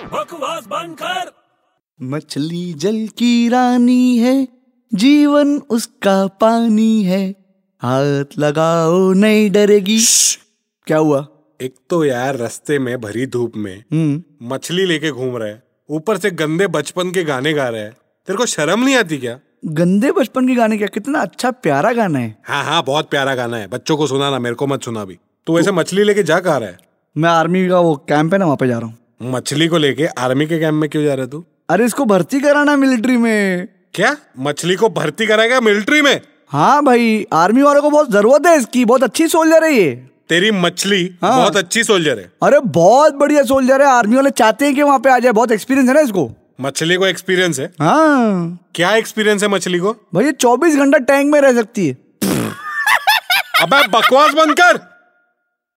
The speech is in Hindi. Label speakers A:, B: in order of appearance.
A: आवाज बंद कर
B: मछली जल की रानी है जीवन उसका पानी है हाथ लगाओ नहीं डरेगी क्या हुआ
C: एक तो यार रास्ते में भरी धूप में
B: हम्म
C: मछली लेके घूम रहा है ऊपर से गंदे बचपन के गाने गा रहा है तेरे को शर्म नहीं आती क्या
B: गंदे बचपन के गाने क्या कितना अच्छा प्यारा गाना है
C: हाँ हाँ बहुत प्यारा गाना है बच्चों को सुनाना मेरे को मत सुना भी तू ऐसे मछली लेके जा कहा रहा है
B: मैं आर्मी का वो कैंप है ना वहाँ पे जा रहा हूँ
C: मछली को लेके आर्मी के कैंप में क्यों जा रहा है तू
B: अरे इसको भर्ती कराना मिलिट्री में
C: क्या मछली को भर्ती कराएगा मिलिट्री में
B: हाँ भाई आर्मी वालों को बहुत जरूरत है इसकी बहुत अच्छी सोल्जर है ये
C: तेरी मछली
B: हाँ।
C: बहुत अच्छी सोल्जर है
B: अरे बहुत बढ़िया सोल्जर है आर्मी वाले चाहते हैं कि वहाँ पे आ जाए बहुत एक्सपीरियंस है ना इसको
C: मछली को एक्सपीरियंस है
B: हाँ
C: क्या एक्सपीरियंस है मछली को
B: भाई ये चौबीस घंटा टैंक में रह सकती है
C: अबे बकवास बंद कर